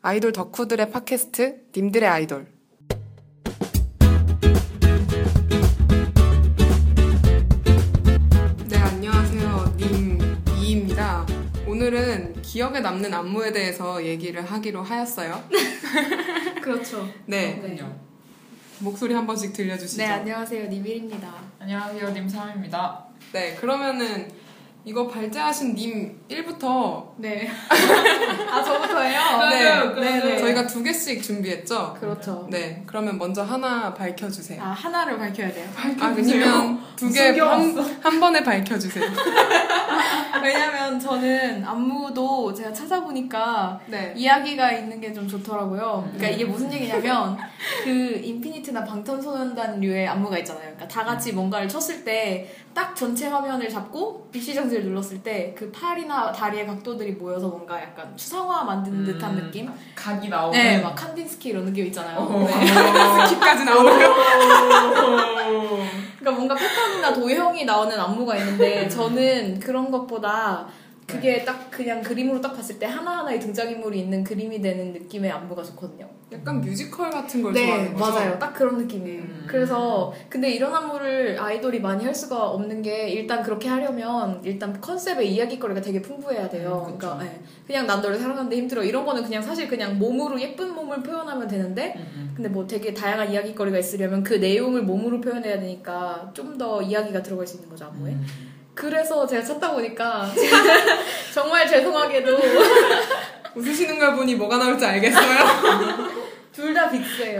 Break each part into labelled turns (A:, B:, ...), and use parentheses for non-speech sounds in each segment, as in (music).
A: 아이돌 덕후들의 팟캐스트 님들의 아이돌 네 안녕하세요 님 이입니다 오늘은 기억에 남는 안무에 대해서 얘기를 하기로 하였어요
B: 그렇죠.
A: 네 목소리 한 번씩 들려주시죠
B: 네, 안녕하세요. 니밀입니다.
C: 안녕하세요, 님삼입니다.
A: 네, 그러면은 이거 발제하신 님 1부터
B: (laughs) 네. 아, 저부터예요?
A: 네,
B: 네, 네.
A: 저희가 두 개씩 준비했죠?
B: 그렇죠.
A: 네, 그러면 먼저 하나 밝혀주세요.
B: 아, 하나를 밝혀야 돼요.
A: 아, 아니면 두 개 한
B: 숨겨왔어.
A: 번에 밝혀주세요.
B: (laughs) 왜냐면 저는 안무도 제가 찾아보니까
A: 네.
B: 이야기가 있는 게 좀 좋더라고요. 그러니까 이게 무슨 얘기냐면 그 인피니트나 방탄소년단류의 안무가 있잖아요. 그러니까 다 같이 뭔가를 쳤을 때 딱 전체 화면을 잡고 BC 장치를 눌렀을 때 그 팔이나 다리의 각도들이 모여서 뭔가 약간 추상화 만드는 듯한
C: 음.
B: 느낌?
C: 각이 나오는.
B: 네, 막 칸딘스키 이런 느낌 있잖아요.
C: 어.
B: 네.
A: 스킵까지 나오고요.
B: 그러니까 뭔가 패턴이나 도형이 나오는 안무가
C: (laughs)
B: 있는데 저는 그런 것보다 그게
C: 네.
B: 딱 그냥 그림으로 딱 봤을 때 하나하나의 등장인물이 있는 그림이 되는 느낌의 안무가 좋거든요.
A: 약간 뮤지컬 같은 걸
B: 네,
A: 좋아하는 거죠?
B: 맞아요. 딱 그런 느낌이에요.
C: 음.
B: 그래서 근데 이런 안무를 아이돌이 많이 할 수가 없는 게 일단 그렇게 하려면 일단 컨셉의 이야기거리가 되게 풍부해야 돼요.
C: 음, 그쵸.
B: 그러니까 예, 그냥 난 너를 사랑하는데 힘들어 이런 거는 그냥 사실 그냥 몸으로 예쁜 몸을 표현하면 되는데
A: 음,
B: 근데 뭐 되게 다양한 이야기거리가 있으려면 그 내용을 몸으로 표현해야 되니까 좀 더 이야기가 들어갈 수 있는 거죠 안무에.
A: 음.
B: 그래서 제가 찾다 보니까 (laughs) 정말 죄송하게도
A: 웃으시는 걸 보니 뭐가 나올지
B: (laughs)
A: 알겠어요.
B: 둘 다 빅스예요.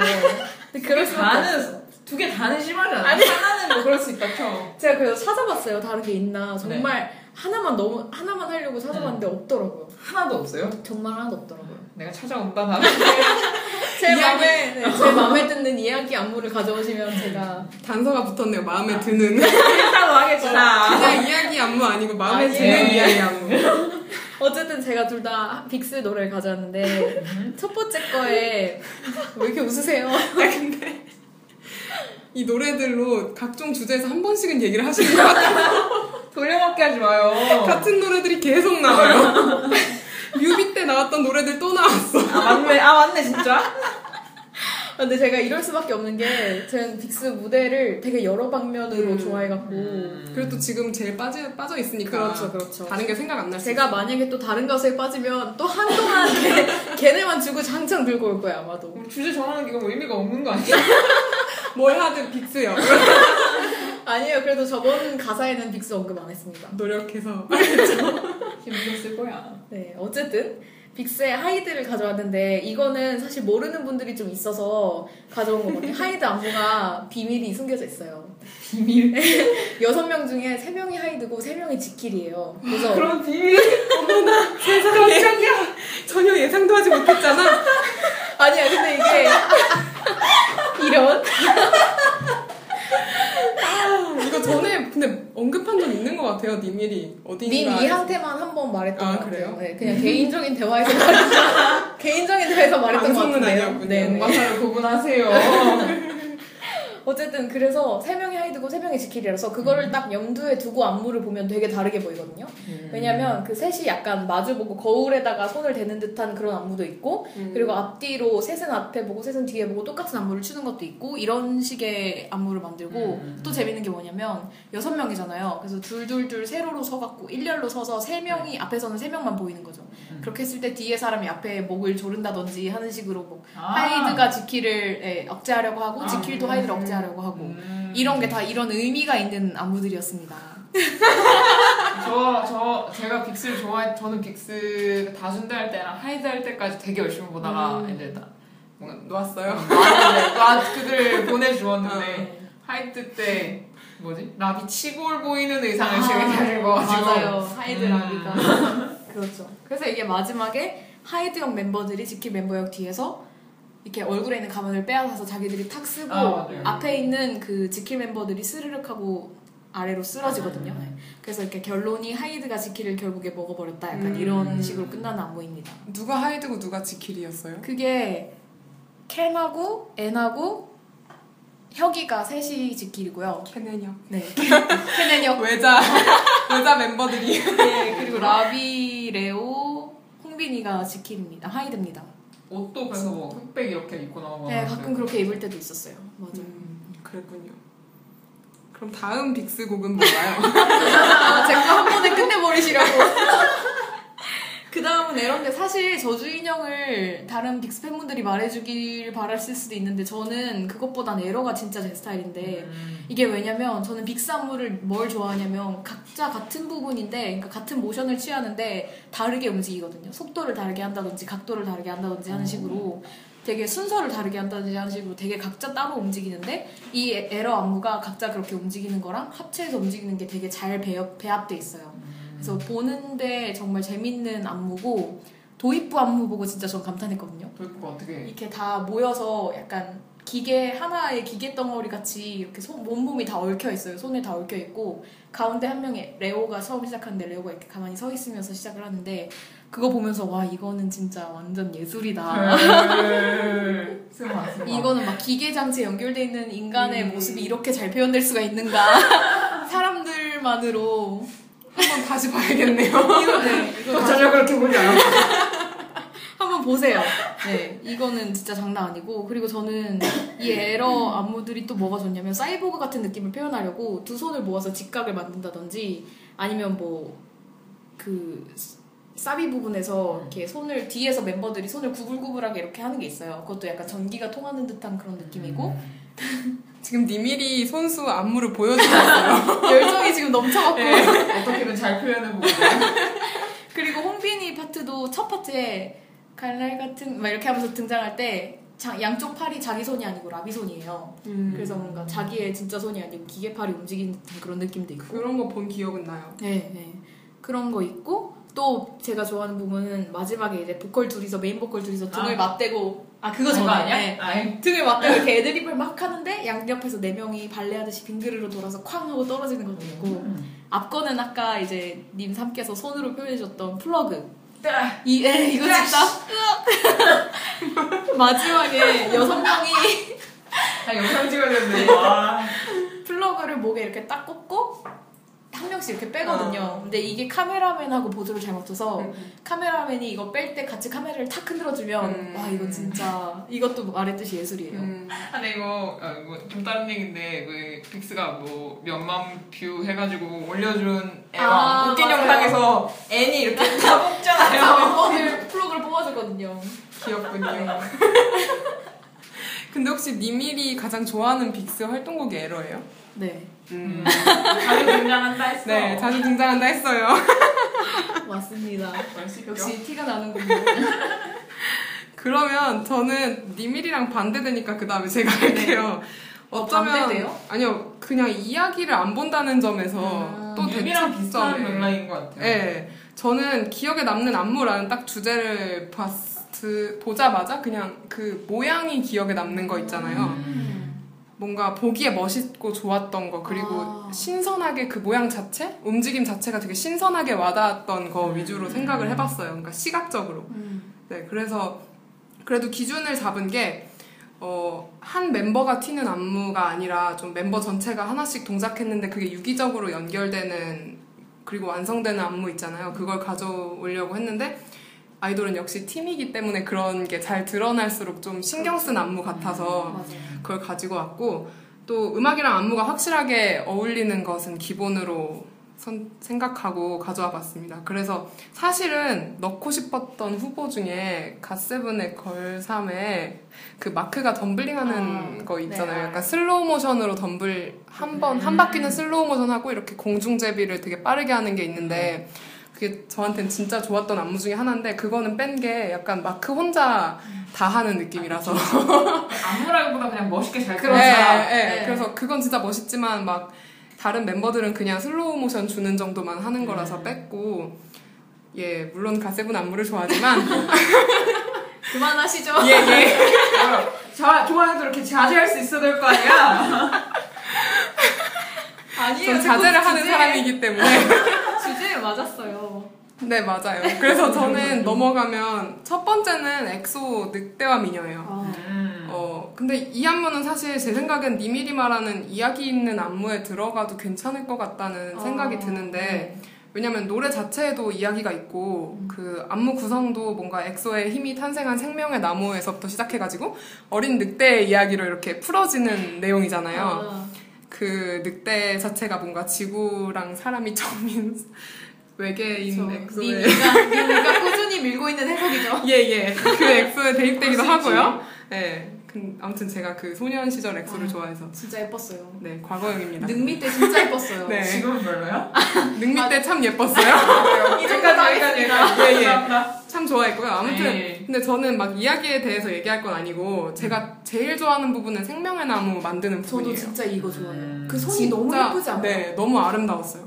B: 근데 그럴 수밖에 없어요.
C: 다는 두 개 다는 심하지 않아? 하나는 뭐 그럴 수 있다 켜.
B: 제가 그래서 찾아봤어요. 다른 게 있나. 정말 하나만 너무 하나만 하려고 찾아봤는데 없더라고요.
C: 하나도 없어요?
B: 정말 하나도 없더라고요.
C: 내가 찾아온다 다음.
B: (laughs) 제
C: 이야기.
B: 마음에 네, 제 마음에 드는 이야기 안무를 가져오시면 제가
A: 단서가 붙었네요.
B: 아.
A: 마음에 드는.
B: 일단 아.
C: 하겠다.
A: 그냥 이야기 안무 아니고 마음에
C: 아,
A: 드는
C: 예.
A: 이야기 안무.
B: 어쨌든 제가 둘 다 빅스 노래를 가져왔는데 첫 번째 거에 왜 이렇게 (laughs) 웃으세요?
A: 이 노래들로 각종 주제에서 한 번씩은 얘기를 하시는 것 같아요.
C: 돌려먹기
B: 어.
C: 하지 마요.
A: 같은 노래들이 계속 나와요. (laughs) 뮤비 때 나왔던 노래들 또 나왔어.
C: 아 맞네, 아 맞네 진짜.
B: 아, 근데 제가 이럴 수밖에 없는 게 저는 빅스 무대를 되게 여러 방면으로
A: 음.
B: 좋아해갖고
A: 그리고 또 지금 제일 빠져, 빠져 있으니까.
B: 그렇죠, 그렇죠.
A: 다른 게 생각 안 날 수
B: 제가 만약에 또 다른 가수에 빠지면 또 한동안 걔- 걔네만 주고 장창 들고 올 거야 아마도
C: 우리 주제 정하는 게 뭐 의미가 없는 거 아니야?
A: 있어요. 뭘 하든 빅스요.
B: 아니에요 그래도 저번 가사에는 빅스 언급 안 했습니다
A: 노력해서.
C: 힘들었을 거야.
B: 네 어쨌든 빅스의 하이드를 가져왔는데 이거는 사실 모르는 분들이 좀 있어서 가져온 거거든요 하이드 안무가 비밀이 숨겨져 있어요
C: 비밀.
B: (laughs) 여섯 명 중에 세명이 하이드고 세명이 지킬이에요 그래서
C: 그런 비밀. (laughs)
A: 깜짝이야. 전혀 예상도 하지 못했잖아.
B: 아니야, 근데 이게
A: (laughs)
B: 이런
C: 음,
A: 아, 이거 전에 근데 언급한 적 있는 것 같아요, 니밀이.
B: 님
A: 어디인가.
B: 이 한테만 한 번 말했던
A: 아,
B: 것
A: 그래요?
B: 같아요. 네, 그냥 개인적인 대화에서 (laughs) 말했던 개인적인 대화에서 말했던 것
A: 방송은
B: 같은데요.
A: 아니었군요.
B: 네, 네.
C: 마사를 구분하세요.
B: 어쨌든 그래서 세 명이 하이드고 세 명이 지킬이라서
C: 음.
B: 그거를 딱 염두에 두고 안무를 보면 되게 다르게 보이거든요. 왜냐면 그 셋이 약간 마주보고 거울에다가 손을 대는 듯한 그런 안무도 있고
A: 음.
B: 그리고 앞뒤로 셋은 앞에 보고 셋은 뒤에 보고 똑같은 안무를 추는 것도 있고 이런 식의 안무를 만들고
C: 음.
B: 또 재밌는 게 뭐냐면 여섯 명이잖아요. 그래서 둘둘둘 세로로 서갖고 일렬로 서서 세 명이 앞에서는 세 명만 보이는 거죠.
C: 네. 음.
B: 그렇게 했을 때 뒤에 사람이 앞에 목을 조른다든지 하는 식으로 뭐
C: 아.
B: 하이드가 지키를 예, 억제하려고 하고
C: 아,
B: 지킬도
C: 음.
B: 하이드를 억제하려고 하고
C: 음.
B: 이런 게 다 이런 의미가 있는 안무들이었습니다.
C: 저, 저, 제가 빅스를 좋아해, 저는 빅스 다순대 할 때랑 하이드 할 때까지 되게 열심히 보다가
A: 음.
C: 이제 다, 뭔가,
A: 놓았어요.
C: 나 그들 보내주었는데, 하이드 때, 뭐지? 라비 치골 보이는 의상을 제가 입고 가지고.
B: 아, 맞아요. 하이드
C: 음.
B: 라비가.
C: (laughs)
B: 그렇죠. 그래서 이게 마지막에 하이드형 멤버들이 지킨 멤버역 뒤에서 이렇게 얼굴에 있는 가면을 빼앗아서 자기들이 탁 쓰고
C: 아, 맞아요.
B: 앞에 있는 그 지킬 멤버들이 스르륵 하고 아래로 쓰러지거든요.
C: 음.
B: 네. 그래서 이렇게 결론이 하이드가 지킬을 결국에 먹어버렸다. 약간
A: 음.
B: 이런 식으로 끝나는 안무입니다.
A: 누가 하이드고 누가 지킬이었어요?
B: 그게 켄하고 앤하고 혁이가 셋이 지킬이고요.
A: 케넨이요.
B: 네. 켄앤 혁.
A: 외자, 외자 (laughs) 멤버들이.
B: 네, 그리고 라비, 레오, 홍빈이가 지킬입니다. 하이드입니다.
C: 옷도 그래서 뭐 흑백 이렇게 입고 나오거나
B: 네, 가끔 그렇게 입을 때도 있었어요. 맞아요.
A: 어, 음, 그랬군요. 그럼 다음 빅스 곡은 뭔가요? (laughs)
B: 아, 제가 한 번에 끝내버리시려고. 그 다음은 에런데 사실 저주 인형을 다른 빅스 팬분들이 말해주길 바랐을 수도 있는데 저는 그것보단 에러가 진짜 제 스타일인데
C: 음.
B: 이게 왜냐면 저는 빅스 안무를 뭘 좋아하냐면 각자 같은 부분인데 그러니까 같은 모션을 취하는데 다르게 움직이거든요. 속도를 다르게 한다든지 각도를 다르게 한다든지 하는 식으로 되게 순서를 다르게 한다든지 하는 식으로 되게 각자 따로 움직이는데 이 에- 에러 안무가 각자 그렇게 움직이는 거랑 합체해서 움직이는 게 되게 잘 배합, 배합돼 있어요. 그래서 보는데 정말 재밌는 안무고 도입부 안무 보고 진짜 전 감탄했거든요.
C: 도입부가 어떻게
B: 이렇게 다 모여서 약간 기계 하나의 기계 덩어리 같이 이렇게 손, 몸몸이 다 얽혀 있어요. 손에 다 얽혀 있고 가운데 한 명이 레오가 처음 시작하는데 레오가 이렇게 가만히 서 있으면서 시작을 하는데 그거 보면서 와 이거는 진짜 완전 (laughs) 예술이다.
C: 음. 스마 스마
B: 이거는 막 기계 장치에 연결돼 있는 인간의
A: 음.
B: 모습이 이렇게 잘 표현될 수가 있는가? (laughs) 사람들만으로
A: 한번 다시 봐야겠네요.
B: (laughs) 이거 네, 이거 다-
C: 전혀 그렇게 보지 않아
B: 한번 보세요. 네, 이거는 진짜 장난 아니고 그리고 저는 이 에러 안무들이 또 뭐가 좋냐면 사이보그 같은 느낌을 표현하려고 두 손을 모아서 직각을 만든다든지 아니면 뭐 그 사비 부분에서 이렇게 손을 뒤에서 멤버들이 손을 구불구불하게 이렇게 하는 게 있어요. 그것도 약간 전기가 통하는 듯한 그런 느낌이고
A: 지금 니밀이 손수 안무를 (laughs) 보여주셨어요.
B: 열정이 지금 넘쳐갖고
C: 네. 어떻게든 잘 표현해보고
B: 그리고 홍빈이 파트도 첫 파트에 갈날 같은 막 이렇게 하면서 등장할 때 자- 양쪽 팔이 자기 손이 아니고 라비 손이에요.
A: 음.
C: 음.
B: 그래서 뭔가 자기의 진짜 손이 아니고 기계팔이 움직이는 듯한 그런 느낌도 있고
A: 그런 거 본 기억은 나요.
B: 네, 네. 그런 거 있고 또 제가 좋아하는 부분은 마지막에 이제 보컬 둘이서 메인 보컬 둘이서 등을
C: 아.
B: 맞대고 아
C: 그거
B: 전에,
C: 저거 어, 아니야?
B: 네.
C: 아이.
B: 등을 맞대고 이렇게 애드립을 막 하는데 양옆에서 네 명이 발레하듯이 빙그르르 돌아서 쾅 하고 떨어지는 것도 있고
C: 음.
B: 앞 거는 아까 이제 님 삼께서 손으로 표현해줬던 플러그
C: 딱.
B: 이, 에, 이거
C: (laughs)
B: 진짜 으악. 마지막에 여섯 명이
C: 아 영상 찍어야 (laughs) 되는데 와.
B: 플러그를 목에 이렇게 딱 꽂고 한 명씩 이렇게 빼거든요.
A: 아.
B: 근데 이게 카메라맨하고 보조를 잘 맞춰서 카메라맨이 이거 뺄 때 같이 카메라를 탁 흔들어주면
A: 음.
B: 와 이거 진짜 이것도 말했듯이 예술이에요. (laughs)
A: 음,
C: 근데 이거, 아, 이거 좀 다른 얘기인데 그 빅스가 뭐 몇만 뷰 해가지고 올려준 애
B: 아,
C: 아, 웃긴
B: 맞아요.
C: 영상에서 애니
A: (laughs)
C: 이렇게 다 뽑잖아요
B: 멤버들 플러그를 뽑아주거든요.
A: 귀엽군요. (laughs) 근데 혹시 니밀이 가장 좋아하는 빅스 활동곡이 에러예요?
B: 네
C: 음. (laughs) 자주 등장한다 했어
A: 네, 자주 등장한다 했어요.
B: 맞습니다.
C: 멋있죠?
B: 역시 티가 나는군요.
A: 그러면 저는 니밀이랑 반대되니까 그 다음에 제가 할게요.
C: 네.
B: 어,
A: 어쩌면
B: 반대돼요?
A: 아니요 그냥 이야기를 안 본다는 점에서
B: 음,
A: 또
C: 아, 유비랑 비슷한
A: 대척점에-
C: 맥락인 것 같아요
A: 네, 저는 기억에 남는 안무라는 딱 주제를 봤, 드, 보자마자 그냥 그 모양이 기억에 남는 거 있잖아요.
B: 음.
A: 뭔가 보기에 멋있고 좋았던 거 어, 그리고
B: 아.
A: 신선하게 그 모양 자체, 움직임 자체가 되게 신선하게 와닿았던 거
C: 음.
A: 위주로 생각을 해봤어요. 그러니까 시각적으로.
B: 음.
A: 네, 그래서 그래도 기준을 잡은 게, 어, 한 멤버가 튀는 안무가 아니라 좀 멤버 전체가 하나씩 동작했는데 그게 유기적으로 연결되는, 그리고 완성되는 안무 있잖아요. 그걸 가져오려고 했는데, 아이돌은 역시 팀이기 때문에 그런 게 잘 드러날수록 좀 신경 쓴 안무 같아서
B: 맞아요.
A: 그걸 가지고 왔고, 또 음악이랑 안무가 확실하게 어울리는 것은 기본으로 선- 생각하고 가져와 봤습니다. 그래서 사실은 넣고 싶었던 후보 중에 갓세븐의 걸삼에 그 마크가 덤블링하는
B: 아,
A: 거 있잖아요.
B: 네.
A: 약간 슬로우 모션으로 덤블 한 번 한
C: 음.
A: 바퀴는 슬로우 모션 하고 이렇게 공중 제비를 되게 빠르게 하는 게 있는데
B: 음.
A: 그게 저한테는 진짜 좋았던 안무 중에 하나인데 그거는 뺀 게 약간 마크 혼자
B: 음.
A: 다 하는 느낌이라서
C: 안무라기보다 그냥 멋있게 잘
A: 그렇죠.
C: 끌어서
B: 네.
A: 그래서 그건 진짜 멋있지만 막 다른 멤버들은 그냥 슬로우 모션 주는 정도만 하는 거라서
C: 음.
B: 네.
A: 뺐고 예 물론 가세븐 안무를
B: (laughs)
A: 좋아하지만
B: 그만하시죠.
A: 예예
C: (laughs) 자, 좋아해도 이렇게 자제할 수 있어야 될 거 아니야
B: 아니에요.
A: 전 자제를 하는
B: 주제에-
A: 사람이기
B: (laughs)
A: 때문에
B: 주제에 맞았어요.
A: 네 맞아요. 그래서
B: (laughs)
A: 저는 넘어가면 첫 번째는 엑소 늑대와 미녀예요.
B: 아.
C: 음.
A: 어 근데 이 안무는 사실 제 생각엔
B: 아.
A: 니밀이 말하는 이야기 있는 안무에 들어가도 괜찮을 것 같다는 생각이 드는데 왜냐면 노래 자체에도 이야기가 있고
B: 음.
A: 그 안무 구성도 뭔가 엑소의 힘이 탄생한 생명의 나무에서부터 시작해가지고 어린 늑대의 이야기로 이렇게 풀어지는 내용이잖아요.
B: 아,
A: 그 늑대 자체가 뭔가 지구랑 사람이 (laughs) 처음인 외계인
B: 그렇죠.
A: 엑소의
B: 미니가 미니가 꾸준히 밀고 있는 해석이죠.
A: 예예. 그 엑소에 대입되기도
B: 아,
C: 볼수 있지.
A: 하고요. 예. 근- 아무튼 제가 그 소년 시절 엑소를 좋아해서
B: 진짜 예뻤어요.
A: 네 과거형입니다.
B: 능미 때 진짜
A: (laughs)
B: 예뻤어요.
A: 네.
C: 지금은 별로요?
A: 능미 때 참 예뻤어요.
B: (laughs)
C: 아, 여기까지 여기까지
A: 예, 예.
C: 감사합니다.
A: 참 좋아했고요. 아무튼
C: 네.
A: 근데 저는 막 이야기에 대해서 얘기할 건 아니고 제가 제일 좋아하는 부분은 생명의 나무 만드는
B: 저도
A: 부분이에요.
B: 진짜 이거 좋아해요.
C: 음.
B: 그 손이 너무
A: 진짜,
B: 예쁘지 않아요? (laughs)
A: 네, 너무 아름다웠어요.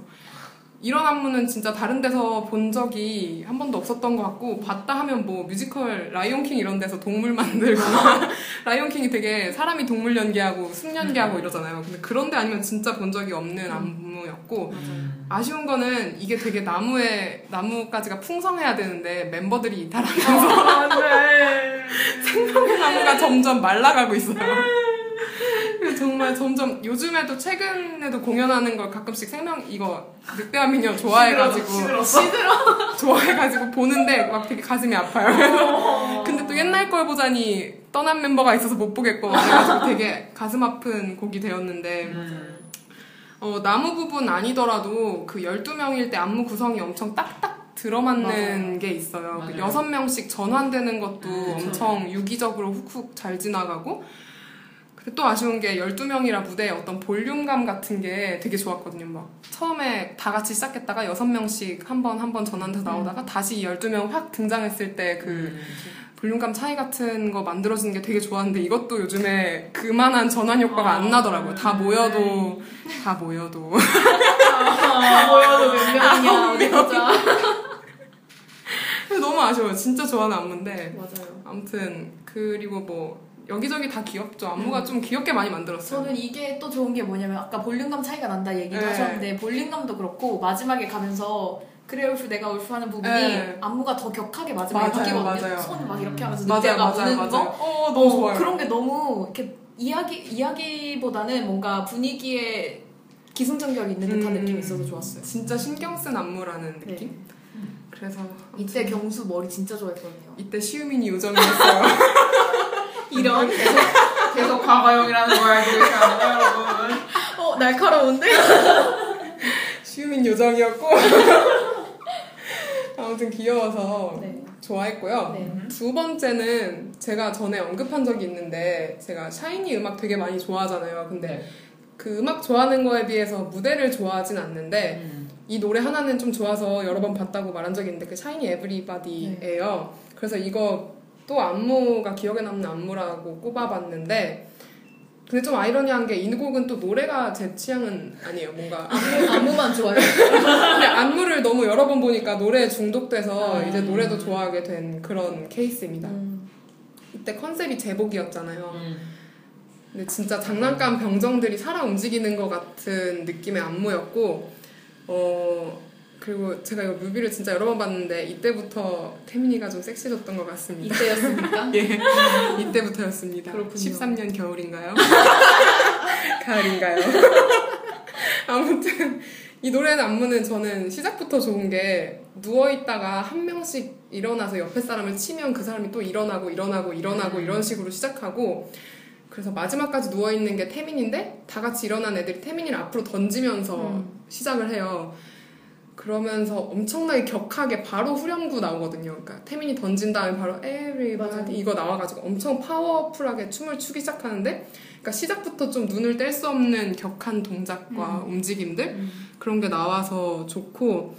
A: 이런 안무는 진짜 다른 데서 본 적이 한 번도 없었던 것 같고 봤다 하면 뭐 뮤지컬 라이온킹 이런 데서 동물 만들고 (laughs) 라이온킹이 되게 사람이 동물 연기하고 숲 연기하고 이러잖아요. 근데 그런 데 아니면 진짜 본 적이
B: 음.
A: 없는 안무였고
C: 음.
A: 아쉬운 거는 이게 되게 나무에 나무까지가 풍성해야 되는데 멤버들이 이탈하면서
C: 아, 안돼.
A: 생명의 나무가 점점 말라가고 있어요. 그래서 정말 점점 요즘에도 최근에도 공연하는 걸 가끔씩 생명 이거 늑대와 미녀 좋아해가지고
C: 시들었어.
A: 좋아해가지고 보는데 막 되게 가슴이 아파요.
C: 어.
A: 근데 또 옛날 걸 보자니 떠난 멤버가 있어서 못 보겠고 그래가지고 되게 가슴 아픈 곡이 되었는데
C: 음.
A: 어, 나무 부분 아니더라도 그 12명일 때 안무 구성이 엄청 딱딱 들어맞는 게 있어요. 그
C: 맞아요.
A: 여섯 명씩 전환되는 것도
C: 음, 그쵸.
A: 엄청 유기적으로 훅훅 잘 지나가고 근데 또 아쉬운 게 12명이라 무대의 어떤 볼륨감 같은 게 되게 좋았거든요. 막 처음에 다 같이 시작했다가 여섯 명씩 한 번 한 번 전환돼서
C: 음.
A: 나오다가 다시 12명 확 등장했을 때 그 볼륨감 차이 같은 거 만들어지는 게 되게 좋았는데 이것도 요즘에 그만한 전환 효과가 안
C: 아,
A: 나더라고요. 다
C: 음.
A: 모여도
B: 네.
A: 다 모여도 (laughs)
B: 아, 뭐야, 몇
A: 아,
B: 명이야, 진짜.
A: 너무 아쉬워요. 진짜 좋아하는 안무인데.
B: 맞아요.
A: 아무튼 그리고 뭐 여기저기 다 귀엽죠. 안무가 좀 귀엽게 많이 만들었어요.
B: 음. 저는 이게 또 좋은 게 뭐냐면 아까 볼륨감 차이가 난다 얘기를
A: 그렇죠. 네.
B: 하셨는데 볼륨감도 그렇고 마지막에 가면서 그래 울프 내가 울프 하는 부분이
A: 네.
B: 안무가 더 격하게 마지막에
A: 맞아요,
B: 바뀌거든요.
A: 맞아요.
B: 손 막 이렇게 하면서
A: 맞아요,
B: 늑대가
A: 맞아요,
B: 우는
A: 맞아요.
B: 거
A: 어, 너무
B: 어,
A: 좋아요.
B: 그런 게 너무 이렇게 이야기 이야기보다는 뭔가 분위기에 기승전결이 있는 듯한
A: 음.
B: 느낌이 있어서 좋았어요. 네.
A: 진짜 신경 쓴 안무라는 느낌. 그래서
B: 이때 경수 머리
A: (laughs)
B: 진짜 좋아했거든요.
A: 이때 시우민이 요정이었어요. (laughs)
B: 이런
C: 계속 과거형이라는 걸 알고 계시나요, 여러분?
B: 어 날카로운데?
A: 시우민 요정이었고 (laughs) 아무튼 귀여워서
B: 네.
A: 좋아했고요.
B: 네.
A: 두 번째는 제가 전에 언급한 적이 있는데 제가 샤이니 음악 되게 많이 좋아하잖아요. 근데
C: 네.
A: 그 음악 좋아하는 거에 비해서 무대를 좋아하진 않는데 이 노래 하나는 좀 좋아서 여러 번 봤다고 말한 적이 있는데 그 샤이니 에브리바디예요. 그래서 이거 또 안무가 기억에 남는 안무라고 꼽아봤는데 근데 좀 아이러니한 게 이 곡은 또 노래가 제 취향은 아니에요. 뭔가
B: 안무, 안무만 좋아요.
A: 근데 안무를 너무 여러 번 보니까 노래에 중독돼서
C: 아.
A: 이제 노래도 좋아하게 된 그런 케이스입니다.
D: 음.
A: 이때 컨셉이 제복이었잖아요. 근데 진짜 장난감 병정들이 살아 움직이는 것 같은 느낌의 안무였고, 어, 그리고 제가 이거 뮤비를 진짜 여러 번 봤는데, 이때부터 태민이가 좀 섹시해졌던 것 같습니다.
B: 이때였습니까?
A: 예. (laughs) 이때부터였습니다.
B: 그렇군요.
A: 13년
B: (laughs)
A: 겨울인가요? 가을인가요? (laughs) 아무튼, 이 노래는 안무는 저는 시작부터 좋은 게, 누워있다가 한 명씩 일어나서 옆에 사람을 치면 그 사람이 또 일어나고, 일어나고,
B: 음.
A: 일어나고, 이런 식으로 시작하고, 그래서 마지막까지 누워있는 게 태민인데, 다 같이 일어난 애들이 태민이를 앞으로 던지면서
B: 음.
A: 시작을 해요. 그러면서 엄청나게 격하게 바로 후렴구 나오거든요. 그러니까 태민이 던진 다음에 바로
B: 맞아요.
A: everybody 이거 나와가지고 엄청 파워풀하게 춤을 추기 시작하는데, 그러니까 시작부터 좀 눈을 뗄 수 없는 격한 동작과
B: 음.
A: 움직임들 그런 게 나와서 좋고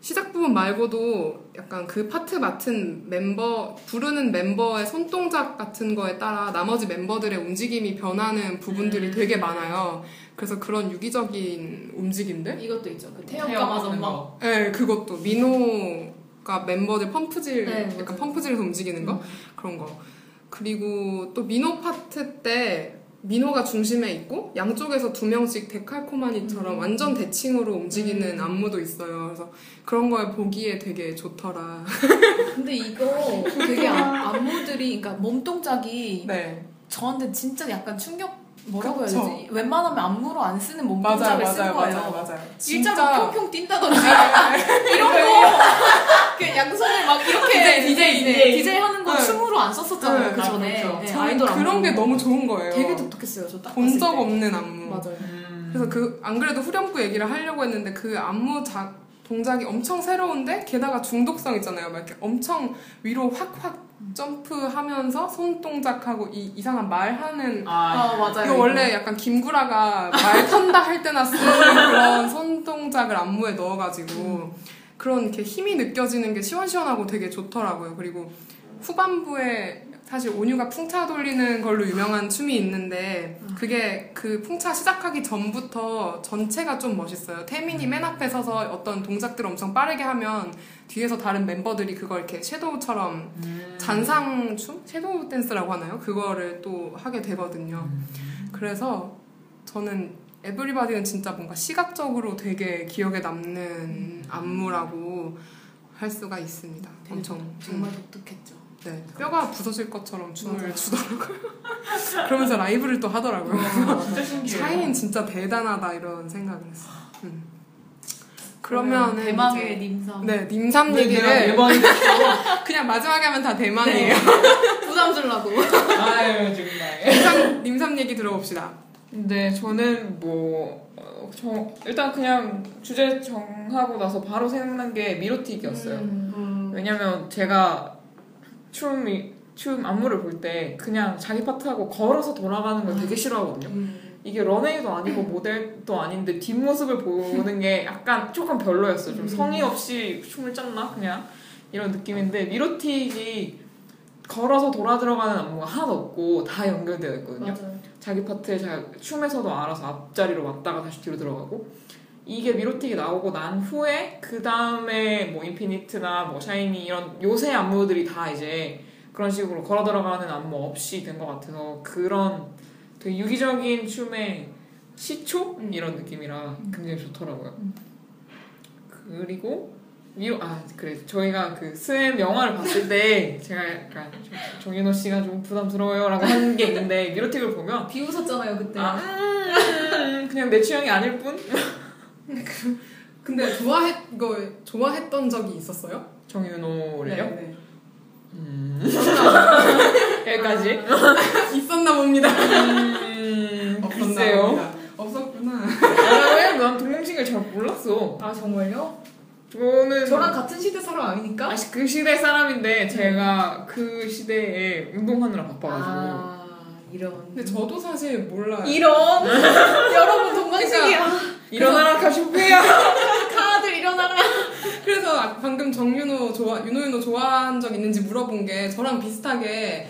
A: 시작 부분 말고도 약간 그 파트 맡은 멤버 부르는 멤버의 손동작 같은 거에 따라 나머지 멤버들의 움직임이 변하는 부분들이
C: 음.
A: 되게 많아요. 그래서 그런 유기적인 움직임들
D: 네?
B: 이것도 있죠. 그 태연 감아서 막
A: 네, 그것도 민호가 멤버들 펌프질,
B: 네, 맞아요.
A: 약간 펌프질에서 움직이는
D: 음.
A: 거 그런 거. 그리고 또 민호 파트 때 민호가 중심에 있고 양쪽에서 두 명씩
D: 음.
A: 데칼코마니처럼 완전 대칭으로 움직이는 안무도 있어요. 그래서 그런 거에 보기에 되게
D: (laughs)
A: 좋더라.
B: 근데 이거 되게 안- 안무들이 그러니까 몸동작이
A: 네,
B: 저한테 진짜 약간 충격
D: 뭐라고 해야
A: 그쵸.
D: 되지? 웬만하면 안무로 안 쓰는 몸
A: 맞아요,
D: 음, 동작을
A: 맞아요,
D: 쓴 거예요.
A: 맞아요, 네. 맞아요.
D: 일자로 퐁퐁 뛴다든지 이런 거. 그 양손을 막 이렇게
A: DJ, DJ,
D: 네,
A: DJ.
D: DJ 하는 거
A: 네.
D: 춤으로 안 썼었잖아요
A: 네,
D: 그
C: 아,
D: 전에.
C: 그렇죠.
D: 네,
A: 저는
D: 아이돌
A: 그런
D: 안무.
A: 게 너무 좋은 거예요.
D: 되게 독특했어요. 저 딱
A: 본
D: 봤을
A: 적
D: 때.
A: 없는 안무.
D: 맞아요.
C: 음.
A: 그래서 그 안 그래도 후렴구 얘기를 하려고 했는데 그 안무 자, 동작이 엄청 새로운데 게다가 중독성 있잖아요. 막 이렇게 엄청 위로 확확 점프하면서 손 동작하고 이 이상한
C: 그
A: 말하는
B: 어,
D: 아 맞아요.
A: 이거 원래 약간 김구라가 말 탄다 할 때나 쓰는 그런 손 동작을 안무에 넣어가지고 그런 이렇게 힘이 느껴지는 게 시원시원하고 되게 좋더라고요. 그리고 후반부에 사실 온유가 풍차 돌리는 걸로 유명한 춤이 있는데 그게 그 풍차 시작하기 전부터 전체가 좀 멋있어요. 태민이 맨 앞에 서서 어떤 동작들을 엄청 빠르게 하면 뒤에서 다른 멤버들이 그걸 이렇게 섀도우처럼 잔상 춤? 섀도우 댄스라고 하나요? 그거를 또 하게 되거든요. 그래서 저는 에브리바디는 진짜 뭔가 시각적으로 되게 기억에 남는 안무라고 할 수가 있습니다.
B: 네.
D: 되게
A: 엄청. 음.
D: 정말 (laughs) 독특했죠.
A: 네, 뼈가 부서질 것처럼 춤을 추더라고요. (laughs) 그러면서 라이브를 또 하더라고요.
C: 진짜 신기해요. 네,
A: 차이는 진짜 대단하다 이런 생각을 했어. 음. 그러면
D: 대망의
B: 음.
D: 님삼.
A: 네 님삼
C: 근데 내가
A: 얘기를
C: 대박이
A: (laughs) 그냥 마지막에 하면 다 대망이에요.
D: (laughs) 부담 주려고.
C: 음. (laughs) 아유
A: (laughs)
C: 정말.
A: 님삼 님삼 얘기 들어봅시다.
C: 근데 네, 저는 뭐 어, 저, 일단 그냥 주제 정하고 나서 바로 생각난 게 미로틱이었어요. 음.
B: 음.
C: 왜냐면 제가 춤이 춤 안무를 볼 때 그냥 자기 파트하고 걸어서 돌아가는 걸 되게 싫어하거든요. 이게 런웨이도 아니고 모델도 아닌데 뒷모습을 보는 게 약간 조금 별로였어요. 좀 성의 없이 춤을 췄나 그냥 이런 느낌인데 미로틱이 걸어서 돌아 들어가는 안무가 하나도 없고 다 연결되어 있거든요.
D: 맞아요.
C: 자기 파트에 자, 춤에서도 알아서 앞자리로 왔다가 다시 뒤로 들어가고 이게 미로틱이 나오고 난 후에 그 다음에 뭐 인피니트나 뭐 샤이니 이런 요새 안무들이 다 이제 그런 식으로 걸어 들어가는 안무 없이 된 것 같아서 그런 되게 유기적인 춤의 시초 이런 느낌이라 굉장히 좋더라고요. 그리고 미로 아 그래 저희가 그 스엠 영화를 봤을 때 제가 약간 좀 정윤호 씨가 좀 부담스러워요라고 하는 게 있는데 미로틱을 보면
D: 비웃었잖아요
B: 네.
D: 그때.
C: 아, 음, 그냥 내 취향이 아닐 뿐?
A: 근데 좋아했 이거 좋아했던 적이 있었어요?
C: 정윤호를요?
A: 네.
C: 음. (laughs) 여기까지.
A: 네. (laughs) 있었나 봅니다.
C: 음, 어,
A: 아,
C: 글쎄요.
A: 없었구나.
C: 아, 왜? 난 동영식을 잘 몰랐어.
D: 아 정말요?
C: 저는.
D: 저랑 같은 시대 사람 아니니까.
C: 아, 그 시대 사람인데 제가 그 시대에 운동하느라 바빠가지고.
D: 아 이런.
A: 근데 저도 사실 몰라요.
D: 이런 (laughs) 여러분 동방신기야
B: 그러니까.
D: 아,
C: 일어나라, 가쇼페야!
D: 카드 일어나라
A: 그래서 아- 방금 정윤호 좋아 윤호 윤호 좋아한 적 있는지 물어본 게 저랑 비슷하게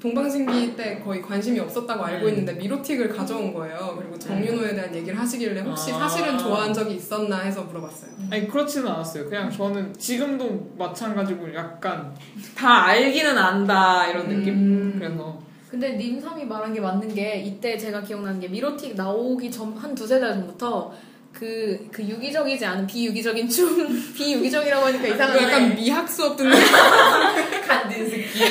A: 동방신기 때 거의 관심이 없었다고 알고
C: 음.
A: 있는데 미로틱을 가져온 거예요. 그리고 정윤호에 대한 얘기를 하시길래 혹시
C: 아.
A: 사실은 좋아한 적이 있었나 해서 물어봤어요.
C: 아니, 그렇지는 않았어요. 그냥 저는 지금도 마찬가지고 약간 다 알기는 안다, 이런 느낌?
A: 음.
C: 그래서. 아,
B: 근데 님삼이 말한 게 맞는 게 이때 제가 기억나는 게 미로틱 나오기 전 한 두세 달 전부터 그 그 유기적이지 않은 비유기적인 춤 (laughs) 비유기적이라고 하니까
A: 이거 약간
B: 이상한데
A: 미학 수업 듣는
D: 간든 스키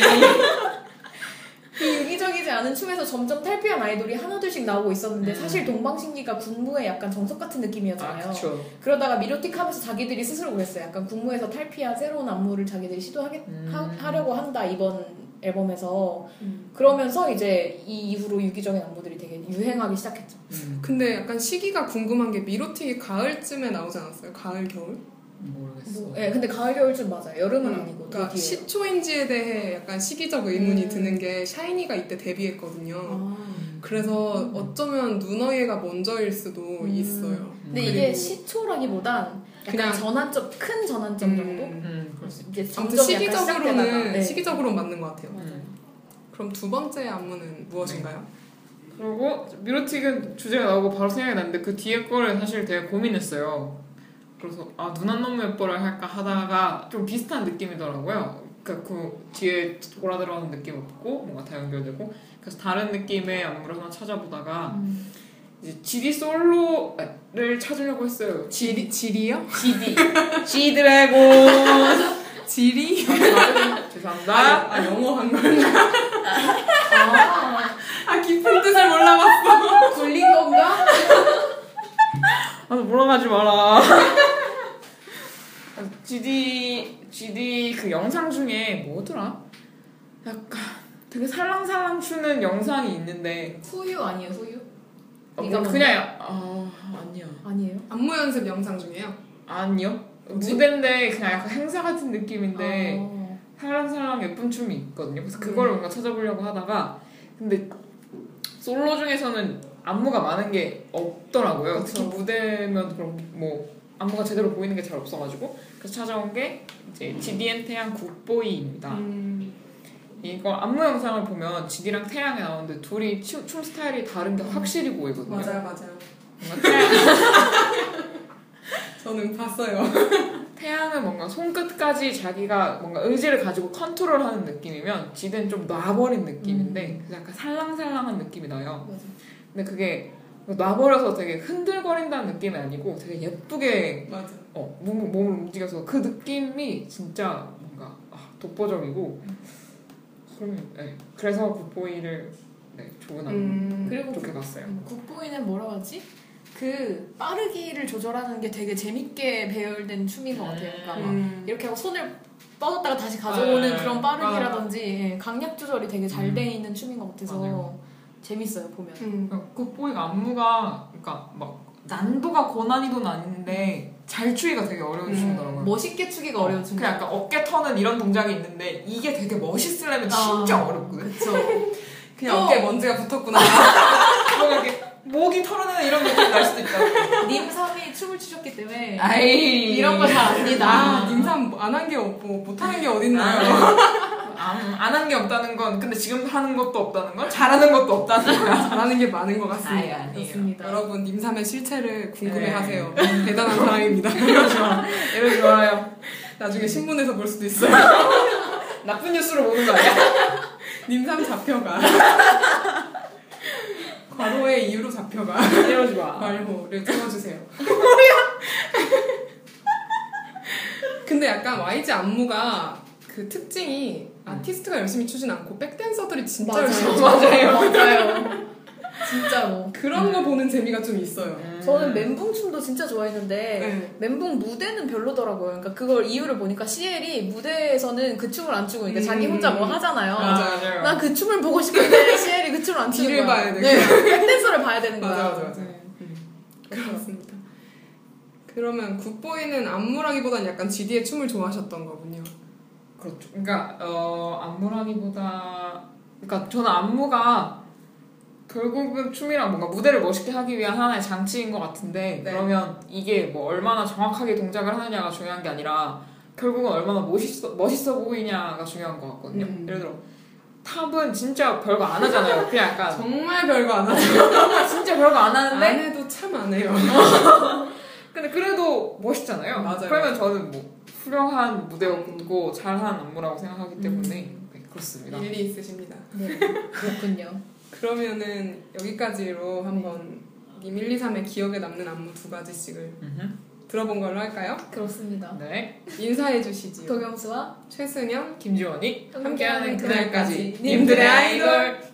B: 그 비유기적이지 않은 춤에서 점점 탈피한 아이돌이 하나둘씩 나오고
A: 음.
B: 있었는데 사실 동방신기가 군무의 약간 정석 같은
C: 아,
B: 느낌이었잖아요.
C: 그쵸.
B: 그러다가 미로틱 하면서 자기들이 스스로 그랬어요. 약간 군무에서 탈피한 새로운 안무를 자기들이 시도하게
C: 음.
B: 하, 려고 한다 이번 앨범에서 그러면서 이제 이 이후로 유기적인 안무들이 되게 유행하기 시작했죠.
C: 음,
A: 근데 약간 시기가 궁금한 게 미로틱이 가을쯤에 나오지 않았어요? 가을 겨울?
C: 음, 모르겠어.
B: 뭐, 예, 근데 가을 겨울쯤 맞아요. 여름은 아니고
A: 그러니까
B: 되게 뒤에요.
A: 시초인지에 대해 약간 시기적 의문이
B: 음.
A: 드는 게 샤이니가 이때 데뷔했거든요.
B: 아.
A: 음. 그래서 어쩌면 누너이가 먼저일 수도 있어요.
B: 근데
A: 그리고-
B: 이게 시초라기보단 약간
A: 음. 그냥-
B: 전환점 큰 전환점 정도.
A: 음.
C: 음, 그럴 수 있-
B: 이제
A: 아무튼
B: 점점 약간 시작되다가
A: 시기적으로는
B: 네.
A: 시기적으로 맞는 것 같아요.
C: 음.
A: 그럼 두 번째 안무는 무엇인가요?
C: 그리고 미로틱은 주제가 나오고 바로 생각이 났는데 그 뒤에 거를 사실 되게 고민했어요. 그래서 아 누난 너무 예뻐를 할까 하다가 좀 비슷한 느낌이더라고요. 그러니까 그 뒤에 돌아 들어가는 느낌 없고 뭔가 다 연결되고 그래서 다른 느낌의 안무를 하나 찾아보다가
A: 음.
C: 이제 GD 솔로를 찾으려고 했어요.
A: 지리 지리요?
C: GD G 드래곤
A: (laughs) 지리?
C: (laughs)
A: 아,
C: 죄송합니다.
A: (laughs) 영어 한 거.
D: 아, (laughs)
A: 아 깊은 뜻을 몰라봤어.
C: 하지 마라. (laughs) GD GD 그 영상 중에 뭐더라? 약간 되게 살랑살랑 추는 영상이 있는데
D: 후유 아니에요 후유?
C: 어,
D: 네가
C: 뭐 그냥 아 아니야
B: 아니에요?
A: 안무 연습 영상 중이에요.
C: 아니요 무대인데 그냥 약간 행사 같은 느낌인데
B: 아.
C: 살랑살랑 예쁜 춤이 있거든요. 그래서 그걸
A: 음.
C: 뭔가 찾아보려고 하다가 근데 솔로 중에서는 안무가 많은 게 없더라고요.
B: 그쵸.
C: 특히 무대면 그런 뭐 안무가 제대로 보이는 게 잘 없어가지고 그래서 찾아온 게 이제 GDN 태양 굿보이입니다.
A: 음,
C: 이거 안무 영상을 보면 GD랑 태양이 나오는데 둘이 춤, 춤 스타일이 다른 게 확실히 보이거든요.
A: 맞아요, 맞아요.
C: 뭔가 태양,
A: 저는 봤어요.
C: 태양은 뭔가 손끝까지 자기가 뭔가 의지를 가지고 컨트롤하는 느낌이면 GD는 좀 놔버린 느낌인데 그래서 약간 살랑살랑한 느낌이 나요.
D: 음. 맞아.
C: 근데 그게 놔버려서 되게 흔들거린다는 느낌이 아니고 되게 예쁘게
A: 맞아.
C: 어, 몸, 몸을 움직여서 그 느낌이 진짜 뭔가 아, 독보적이고
D: 음.
C: 그럼, 네. 그래서 굿보이를 네, 좋은 안무
A: 음,
D: 그리고
C: 좋게 봤어요
D: 음, 굿보이는 뭐라고 하지? 그 빠르기를 조절하는 게 되게 재밌게 배열된 춤인 것 같아요. 그러니까 막
A: 음.
D: 이렇게 하고 손을 뻗었다가 다시 가져오는
C: 아,
D: 그런 빠르기라든지 예, 강약 조절이 되게 잘
C: 음.
D: 돼 있는 춤인 것 같아서
C: 맞아요.
D: 재밌어요 보면.
A: 음.
C: 그러니까 굿보이가 안무가 그러니까 막 난도가 고난이도는 아닌데 잘 추기가 되게 어려운
A: 음,
C: 춤이더라고요
D: 멋있게 추기가 어려운 춤.
C: 그냥 약간 어깨 터는 이런 동작이 있는데 이게 되게 멋있으려면 진짜
D: 아.
C: 어렵거든
D: 그쵸.
A: 그냥
D: 또-
A: 어깨에 먼지가 붙었구나.
C: 뭔가 이렇게 목이 털어내는 이런 느낌이 날 수도 있다
D: 님삼이 춤을 추셨기 때문에
C: 아이
D: 이런 걸 잘 압니다.
A: 아, 인삼 안 한 게 없고 못하는 게 어딨나요?
C: 안한 게 없다는 건 근데 지금 하는 것도 없다는 건 잘하는 것도 없다는 거야.
A: 잘하는 게 많은 것 같습니다.
C: 아니, 아니에요.
D: 좋습니다.
A: 여러분 님삼의 실체를 궁금해하세요. (laughs)
C: 네.
A: 대단한 사람입니다.
C: (laughs) 이런 좋아요. 네.
A: 나중에 신문에서 볼 수도
C: (laughs)
A: 있어요.
C: 나쁜 뉴스로 보는 거 아니야?
A: 님삼 잡혀가. (laughs) 과로의 이유로 잡혀가.
C: 이러지 마.
A: 말호를 틀어주세요. (laughs) 근데 약간 YG 안무가 그 특징이
C: 음.
A: 아티스트가 열심히 추진 않고 백댄서들이 진짜 열심히
C: (laughs)
A: 추
B: 맞아요. 맞아요. 진짜로.
A: 그런
C: 네.
A: 거 보는 재미가 좀 있어요.
B: 저는 멘붕 춤도 진짜 좋아했는데
A: 네.
B: 멘붕 무대는 별로더라고요. 그러니까 그걸 이유를 보니까 CL이 무대에서는 그 춤을 안 추고 그러니까 자기
A: 음.
B: 혼자 뭐 하잖아요.
A: 아,
C: 맞아요.
B: 난 그 춤을 보고 싶은데 CL이 그 춤을 안 추는
A: 뒤를
B: 거야.
A: 봐야 돼,
B: 네. 댄서를 봐야 되는 거야.
A: 맞아, 맞아, 맞아.
B: 네.
A: 그렇습니다. 그러면 굿보이는 안무라기보단 약간 GD의 춤을 좋아하셨던 거군요.
C: 그렇죠. 그러니까 어 안무라기보다 그러니까 저는 안무가 결국은 춤이랑 뭔가 무대를 멋있게 하기 위한 하나의 장치인 것 같은데
A: 네.
C: 그러면 이게 뭐 얼마나 정확하게 동작을 하느냐가 중요한 게 아니라 결국은 얼마나 멋있어 멋있어 보이냐가 중요한 것 같거든요.
A: 음.
C: 예를 들어 탑은 진짜 별거 안 하잖아요. 그냥 약간
A: 정말 별거 안 하죠.
C: 진짜 별거 안
A: 안
C: 하는데
A: 해도 참 안 해요.
C: 근데 그래도 멋있잖아요.
A: 맞아요. 음.
C: 그러면 저는 뭐 훌륭한 무대였고 잘한 안무라고 생각하기 때문에 네, 그렇습니다.
A: 일리 있으십니다.
B: 네. 그렇군요.
A: 그러면은 여기까지로 한번 님 1, 2, 3의 기억에 남는 안무 두 가지씩을
C: 음흠.
A: 들어본 걸로 할까요?
B: 그렇습니다.
C: 네,
A: 인사해 주시지요.
B: 도경수와
A: 최승현
C: 김지원이
B: 함께하는
C: 그날까지
A: 님들의
C: 님들의
A: 아이돌.
C: 아이돌.